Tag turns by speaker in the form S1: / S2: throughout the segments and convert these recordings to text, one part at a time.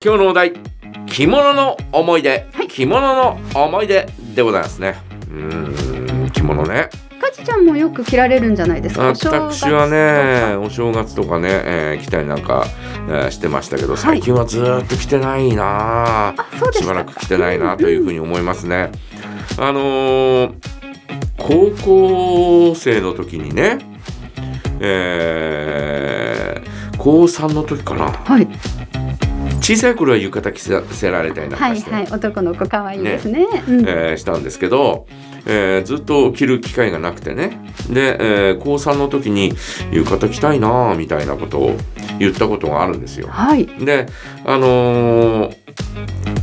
S1: 今日のお題着物の思い出、着物の思い出でございますねうーん着物ね
S2: かじちゃんもよく着られるんじゃないですか。お正月
S1: 私はねお正月とかね、えー着たりなんか、えーしてましたけど最近はずーっと着てないなあ
S2: あそうで
S1: し
S2: した
S1: ば
S2: から
S1: く着てないなというふうに思いますねあのー高校生の時にねえー高3の時かな
S2: はい
S1: 小さい頃は浴衣着せ着せられたりなん
S2: は
S1: か
S2: い
S1: して、
S2: はい男の子可愛いですね。うん
S1: えーしたんですけど、えーずっと着る機会がなくてねで、えー高3の時に浴衣着たいなぁみたいなことを言ったことがあるんですよ。
S2: はい
S1: であのー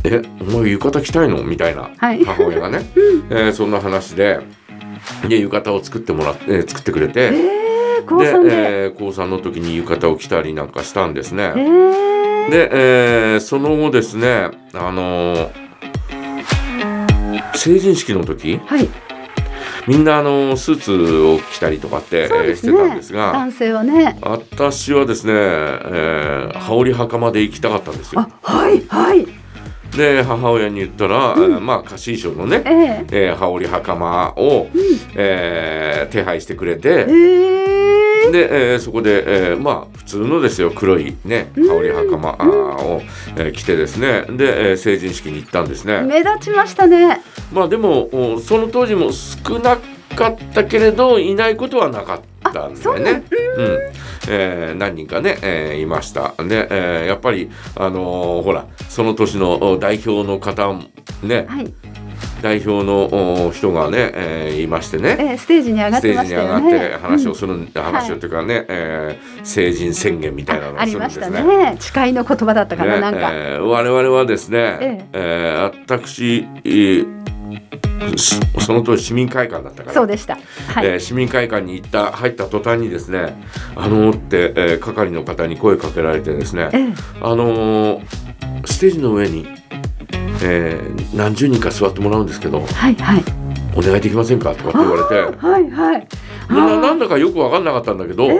S1: えお前浴衣着たいの?」みたいな
S2: はい
S1: 母親 がね、えーそんな話でで浴衣を作ってもらって、えー作ってくれ
S2: え
S1: て。
S2: ー、高三で。
S1: えー高3の時に浴衣を着たりなんかしたんですね。
S2: えー、
S1: で、えーその後ですね、あのー成人式の時
S2: はい
S1: みんなあのースーツを着たりとかって、
S2: そ
S1: え
S2: う
S1: ー
S2: で
S1: して
S2: す
S1: たんです
S2: ね。
S1: が
S2: 男性はね。
S1: 私はですね、えー、羽織袴で行きたかったんですよ
S2: あはいはい
S1: で母親に言ったら、えーまあ貸衣装の
S2: え
S1: ね、
S2: ー、
S1: えー羽織袴を、えー手配してくれて、
S2: えー、
S1: で、えーそこで、えーまあ普通のですよ黒いね羽織袴あーを、えー着てですねで、えー成人式に行ったんですね。
S2: 目立ちましたね。
S1: まあでもおその当時も少なかったけれどいないことはなかったんだよね。うんえー何人かね、えーいました。で、えーやっぱりあのーほらその年のお代表の方もね
S2: はい、
S1: 代表のお人がね、えーいましてね。
S2: えー、ステージに上がっ
S1: ステ
S2: て
S1: ー
S2: ま
S1: ジ
S2: し
S1: に
S2: た
S1: 上が
S2: よ
S1: っ
S2: ね。
S1: て話をする、話を
S2: はい
S1: というかね、えー成人宣言みたいなの
S2: あ
S1: をす
S2: り
S1: るんで
S2: まし
S1: す
S2: た
S1: ね。
S2: ね。誓いの言葉だったかな、
S1: ね
S2: なんか。
S1: えー我々はですね、え
S2: え
S1: ー私、えーしその当時市民会館だったから
S2: そうでした。はい。
S1: えー市民会館に行った入った途端にですね「あのー」って、えー係の方に声かけられてですね
S2: えー
S1: 「あのーステージの上に、えー何十人か座ってもらうんですけど
S2: はいはい。
S1: お願いできませんか?」とかって言われて
S2: はいはい。
S1: なななんだかよく分かんなかったんだけど「
S2: え
S1: い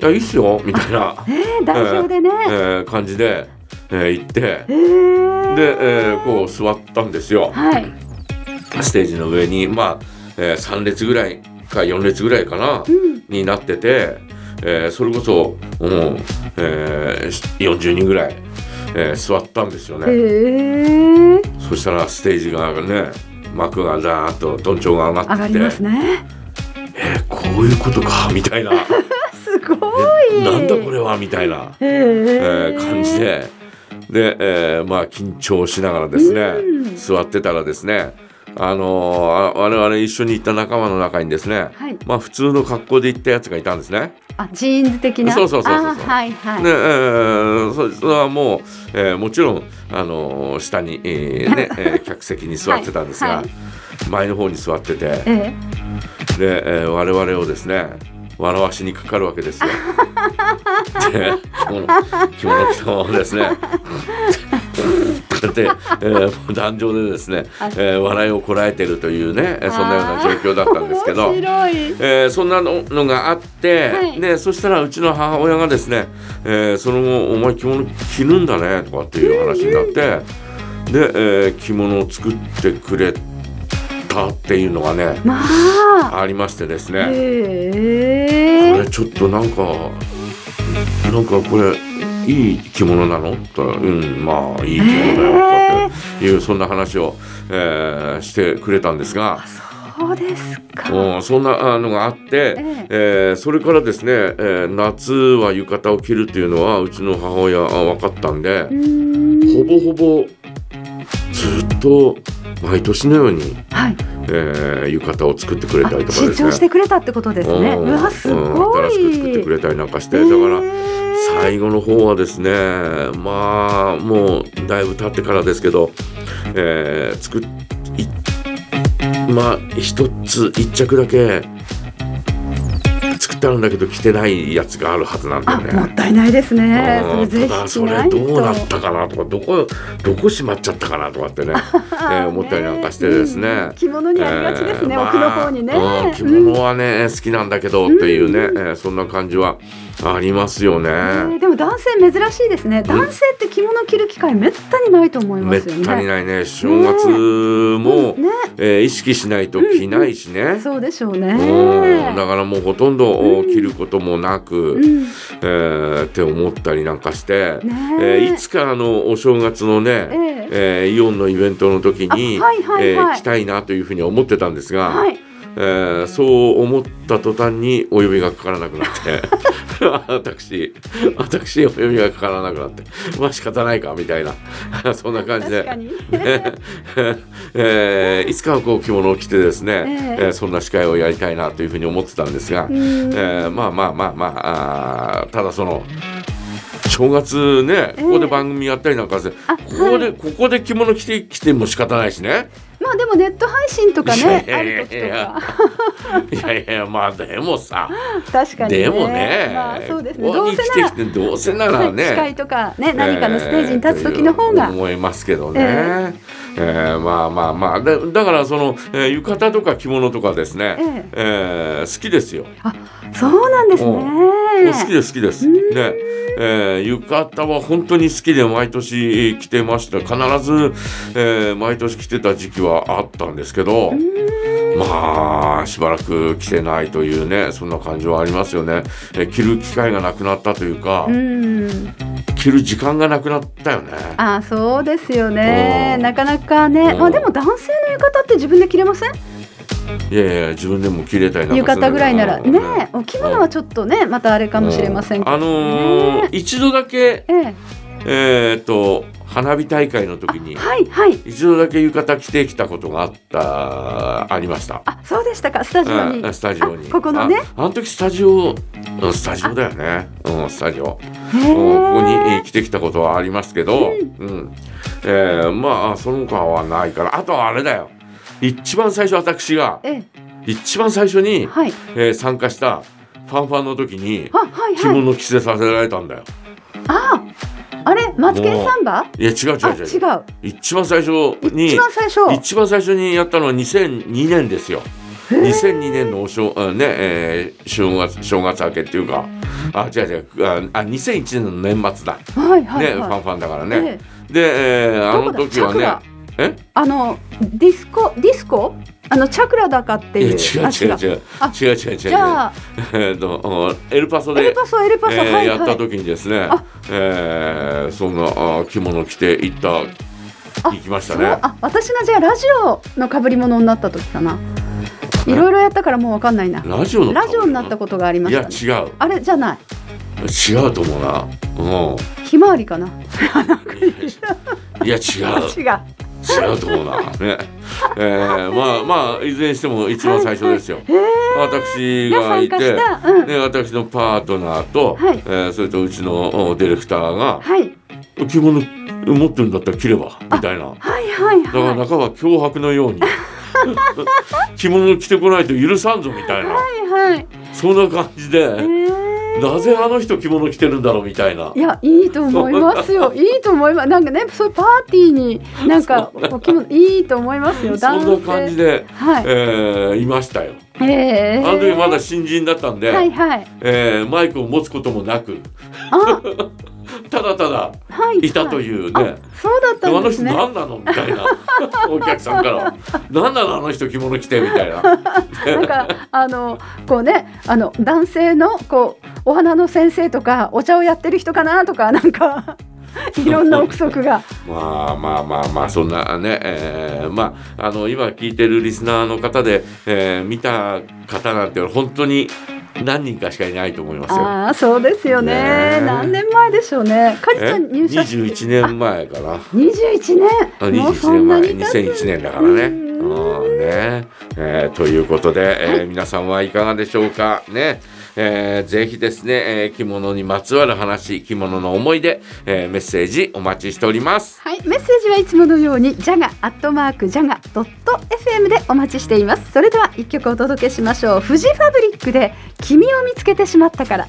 S2: ー、
S1: やいいっすよ」みたいな、
S2: えー、代表でね。
S1: えー感じで、えー行って
S2: えー、
S1: で、えーこう座ったんですよ。
S2: はい。
S1: ステージの上にまあ、え3列ぐらいか4列ぐらいかな。
S2: うん。
S1: になってて、えーそれこそ、うんえーし40人ぐらい、えー座ったんですよ
S2: え
S1: ね、
S2: ー、
S1: そしたらステージがね幕がザーッとどんちょうが上が
S2: 上
S1: っ
S2: が
S1: て
S2: り
S1: て、
S2: ますね。
S1: えーこういうことかみたいな
S2: すごい。
S1: なんだこれ。はみたいな、
S2: え
S1: え
S2: ー
S1: ー感じ。でで、えーまあ緊張しながらですね、
S2: うん
S1: 座ってたらですねあのーあ我々一緒に行った仲間の中にですね、
S2: はい。
S1: まあ普通の格好で行ったやつがいたんですね。
S2: あ、ジーンズ的な。
S1: そうそうそうそうそう
S2: あーはいはい。
S1: ねえーそそれはもう、えーもちろん、あのー下に、えーねえー客席に座ってたんですが、
S2: はいは
S1: 前の方に座っててで、
S2: え
S1: えー我々をですね笑わしにかかるわけです よ。で着物着物着たままです ね。で、えー、もう壇上でですね、えー笑いをこらえてるというねえーそんなような状況だったん
S2: ー、
S1: ですけど。
S2: 面白い。
S1: えーそんなののがあって、
S2: はい
S1: でそしたらうちの母親がですね、えーその後「お前着物着るんだね」とかっていう話になって、で、えー着物を作ってくれたっていうのがね
S2: まあ。
S1: ありましてですね、こ
S2: えー
S1: れ、ちょっとなんかなんかこれいい着物なのとかうんまあいい着物だよ」とかっていうそんな話を、えーしてくれたんですが。
S2: そうですか。
S1: うん、そんなあのがあって、え
S2: ええ
S1: ーそれからですね、えー夏は浴衣を着るっていうのはうちの母親は分かったんで
S2: う、ー
S1: ほ
S2: ん。
S1: ぼほぼずっと毎年のように、
S2: はい。
S1: えー浴衣を作ってくれ
S2: あ
S1: たりとかで
S2: 新
S1: すね
S2: 調してくれたってことですね。
S1: う
S2: うんわ、す
S1: うん
S2: ご
S1: 新
S2: い。
S1: しく作ってくれたりなんかして、だから最後の方はですねまあもうだいぶ経ってからですけど、えー作っいまあ一つ一着だけ作っってあるんだけど着てないやつがあるはずなんだ
S2: あ、
S1: よ
S2: もっ
S1: ね。
S2: たいないですね。そ
S1: うん
S2: れ
S1: た
S2: ぜひ
S1: だ
S2: し
S1: そ
S2: な
S1: れ
S2: いと。
S1: どうなったかなとかどこどこしまっちゃったかなとか ってね、えー思ったりなんかしてですね。
S2: うん着物にありがちですね。
S1: えー
S2: 奥の方にね。
S1: まあうん着
S2: うん
S1: 物はね、好きなんだけどっていうね、えーそんな感じはありますよね。
S2: えーでも男性珍しいですね。男性って着物着る機会めったにないと思いま
S1: めっ
S2: すよね。
S1: たにないね正月も、
S2: ね、
S1: えー意識しないと着ないしね、
S2: そうでしょうね。
S1: うんだからもうほとんど
S2: うん
S1: 着ることもなく、
S2: うん、ね
S1: えーって思ったりなんかして、えーいつかあのお正月の
S2: え
S1: ね、
S2: え
S1: えーイオンのイベントの時に、
S2: あはいはいはい
S1: えー来たいなというふうに思ってたんですが、
S2: はい。
S1: えーそう思った途端にお呼びがかからなくなって 私私お呼びがかからなくなってまあ仕方ないかみたいな そんな感じ
S2: 確
S1: で
S2: か。に。
S1: ねえーいつかはこう着物を着てですね、
S2: ええ
S1: えーそんな司会をやりたいなというふうに思ってたんですが、
S2: うん
S1: えーまあまあまあまああーただその正月ねここで番組やったりなんかして、
S2: あ
S1: ここで、ここで着物着てきても仕方ないしね。
S2: まあでもネット配信とか
S1: いや
S2: ね
S1: い、
S2: あ
S1: やい
S2: る
S1: やい
S2: 時と
S1: や
S2: か。
S1: いやいやまあでもさ、
S2: 確かに、ね。
S1: でもね、
S2: まあそうですね。
S1: ここ
S2: どう
S1: に
S2: せ
S1: 来
S2: な
S1: て
S2: ら
S1: きてどうせならね、
S2: 司会とかね、何かのステージに立つ時の方
S1: えー
S2: が
S1: という。思いますけどね。
S2: え
S1: えーまあまあまあだだからその、えー浴衣とか着物とかですね、
S2: え
S1: えー好きですよ。
S2: そうなんですね。
S1: もう好きです好きです。
S2: うん
S1: ね、えー浴衣は本当に好きで毎年着てました。必ず、えー毎年着てた時期はあったんですけど。まあしばらく着てないというねそんな感じはありますよね、えー着る機会がなくなったというか、
S2: うん。
S1: 着る時間がなくなったよね
S2: あ、そうですよね。
S1: うん
S2: なかなか
S1: う
S2: ね。
S1: ん
S2: まあでも男性の浴衣って自分で着れません？
S1: いやいや自分でも着れたりなん
S2: 浴
S1: かする
S2: 衣ぐらいなら
S1: うん
S2: ね。お着物はちょっとね、またあれかもしれませんけど
S1: あのー一度だけ
S2: ええ、
S1: えーっと花火大会の時に
S2: はいはい。
S1: 一度だけ浴衣着てきたことがあったありました。
S2: あ、そうでしたか。スタジオに。
S1: うんスタジオに
S2: あここのね
S1: ああの時スタジオうんスタジオだよねうんスタジオ
S2: へ
S1: う
S2: え
S1: んここにえー来てきたことはありますけど、うんえーまあその他はないからあとはあれだよ一番最初私が
S2: え
S1: 一番最初に
S2: え、、はい。
S1: えー参加したファンファンの時に
S2: あ、はい
S1: 着
S2: はい。
S1: 物着せさせられたんだよ。
S2: あ、あれ、マツケンサンバ？
S1: いや違う
S2: あ、
S1: 違う違う
S2: 違う。
S1: 一番最初に
S2: 一番最初。
S1: 一番最初にやったのは2002年ですよ。
S2: へー
S1: 2002年のお正あね、えー正月正月明けっていうか、あ違う違うああ2001年の年末だ。ね、
S2: はいはい
S1: ファ
S2: は
S1: ンファンだから
S2: い。
S1: ね。
S2: ええ
S1: で、えーあの
S2: どこだ
S1: 時は
S2: チャ
S1: ね、え？
S2: あのディスコディスコあのチャクラだかって
S1: いや
S2: いう。
S1: 違う
S2: あ
S1: 違う違う
S2: あ
S1: 違う違う違う違う。
S2: じゃあ
S1: えーとうんエルパソ
S2: エル
S1: で。
S2: パソエルパソ、
S1: えー
S2: はい
S1: やった
S2: はい。
S1: 時にですね
S2: あ、
S1: えーそんなあ着物着て行った
S2: あ
S1: 行きました
S2: そう
S1: ね。
S2: あ私がじゃあラジオの被り物になった時かな。いろいろやったからもうわかんないな。
S1: ラジオの
S2: ラジオになったことがありま
S1: い
S2: した
S1: や
S2: ね、
S1: 違う
S2: あれじゃない。
S1: 違うと思うな。う
S2: ひまわりかな。
S1: ん。いや違 う。
S2: 違う。
S1: 違うと思うな。ね。えー、まあまあいずれにしても一番最初ですよ。
S2: へえ。
S1: 私
S2: が
S1: が
S2: 参
S1: い
S2: 加
S1: て
S2: し、た。うん。
S1: ね、私のパートナーと、
S2: はい
S1: えーそれとうちのおディレクターが
S2: はい。
S1: 着物持ってるんだったら着ればみたいな。
S2: はいはい
S1: だから
S2: はい。
S1: 中は脅迫のように 着物着てこないと許さんぞみたいな、
S2: はいはい。
S1: そんな感じで、
S2: ええ。。
S1: なぜあの人着物着てるんだろうみたいない
S2: やいいと思いますよ。いいと思います。なんかね、そういうパーティーになんかお着物いいと思いますよ。
S1: そ
S2: 男性。
S1: んな感じで、
S2: はい。
S1: えーいましたよ。
S2: え
S1: あ
S2: ー
S1: の時まだ新人だったんで、
S2: はいはい。
S1: えーマイクを持つこともなく
S2: あ、は
S1: ただただ
S2: い、
S1: いたと
S2: う。
S1: いうね、
S2: あ、そうだっ
S1: で
S2: た
S1: あ
S2: ん
S1: の
S2: です
S1: 人
S2: ね。
S1: 何なのみた いなお客さんからは「何なのあの人着物着て」みたいな
S2: なんかあのこうね、あの男性のこうお花の先生とかお茶をやってる人かなとかなんかいろんな憶測が。
S1: まあまあまあまあそんなね、えーまああの今聞いてるリスナーの方で、えー見た方なんて本当に何人かしかいないと思いますよ。
S2: ああ、そうですよ
S1: ね
S2: ね。
S1: え
S2: 何年前でしょうね。カリち
S1: え
S2: ゃん入社して。
S1: 21年前かな。
S2: 二十一
S1: あ
S2: 年。もうそ
S1: 21
S2: ん
S1: 年
S2: な
S1: 前、
S2: に経つ。
S1: 2001年だからね。
S2: うん
S1: うんねえーということで、えー皆さんはいかがでしょうかね。えーぜひですね、えー着物にまつわる話、着物の思い出、えーメッセージお待ちしております。
S2: はい、メッセージはいつものようにジャガアットマークジャガドット FM でお待ちしています。それでは一曲お届けしましょう。フジファブリックで君を見つけてしまったから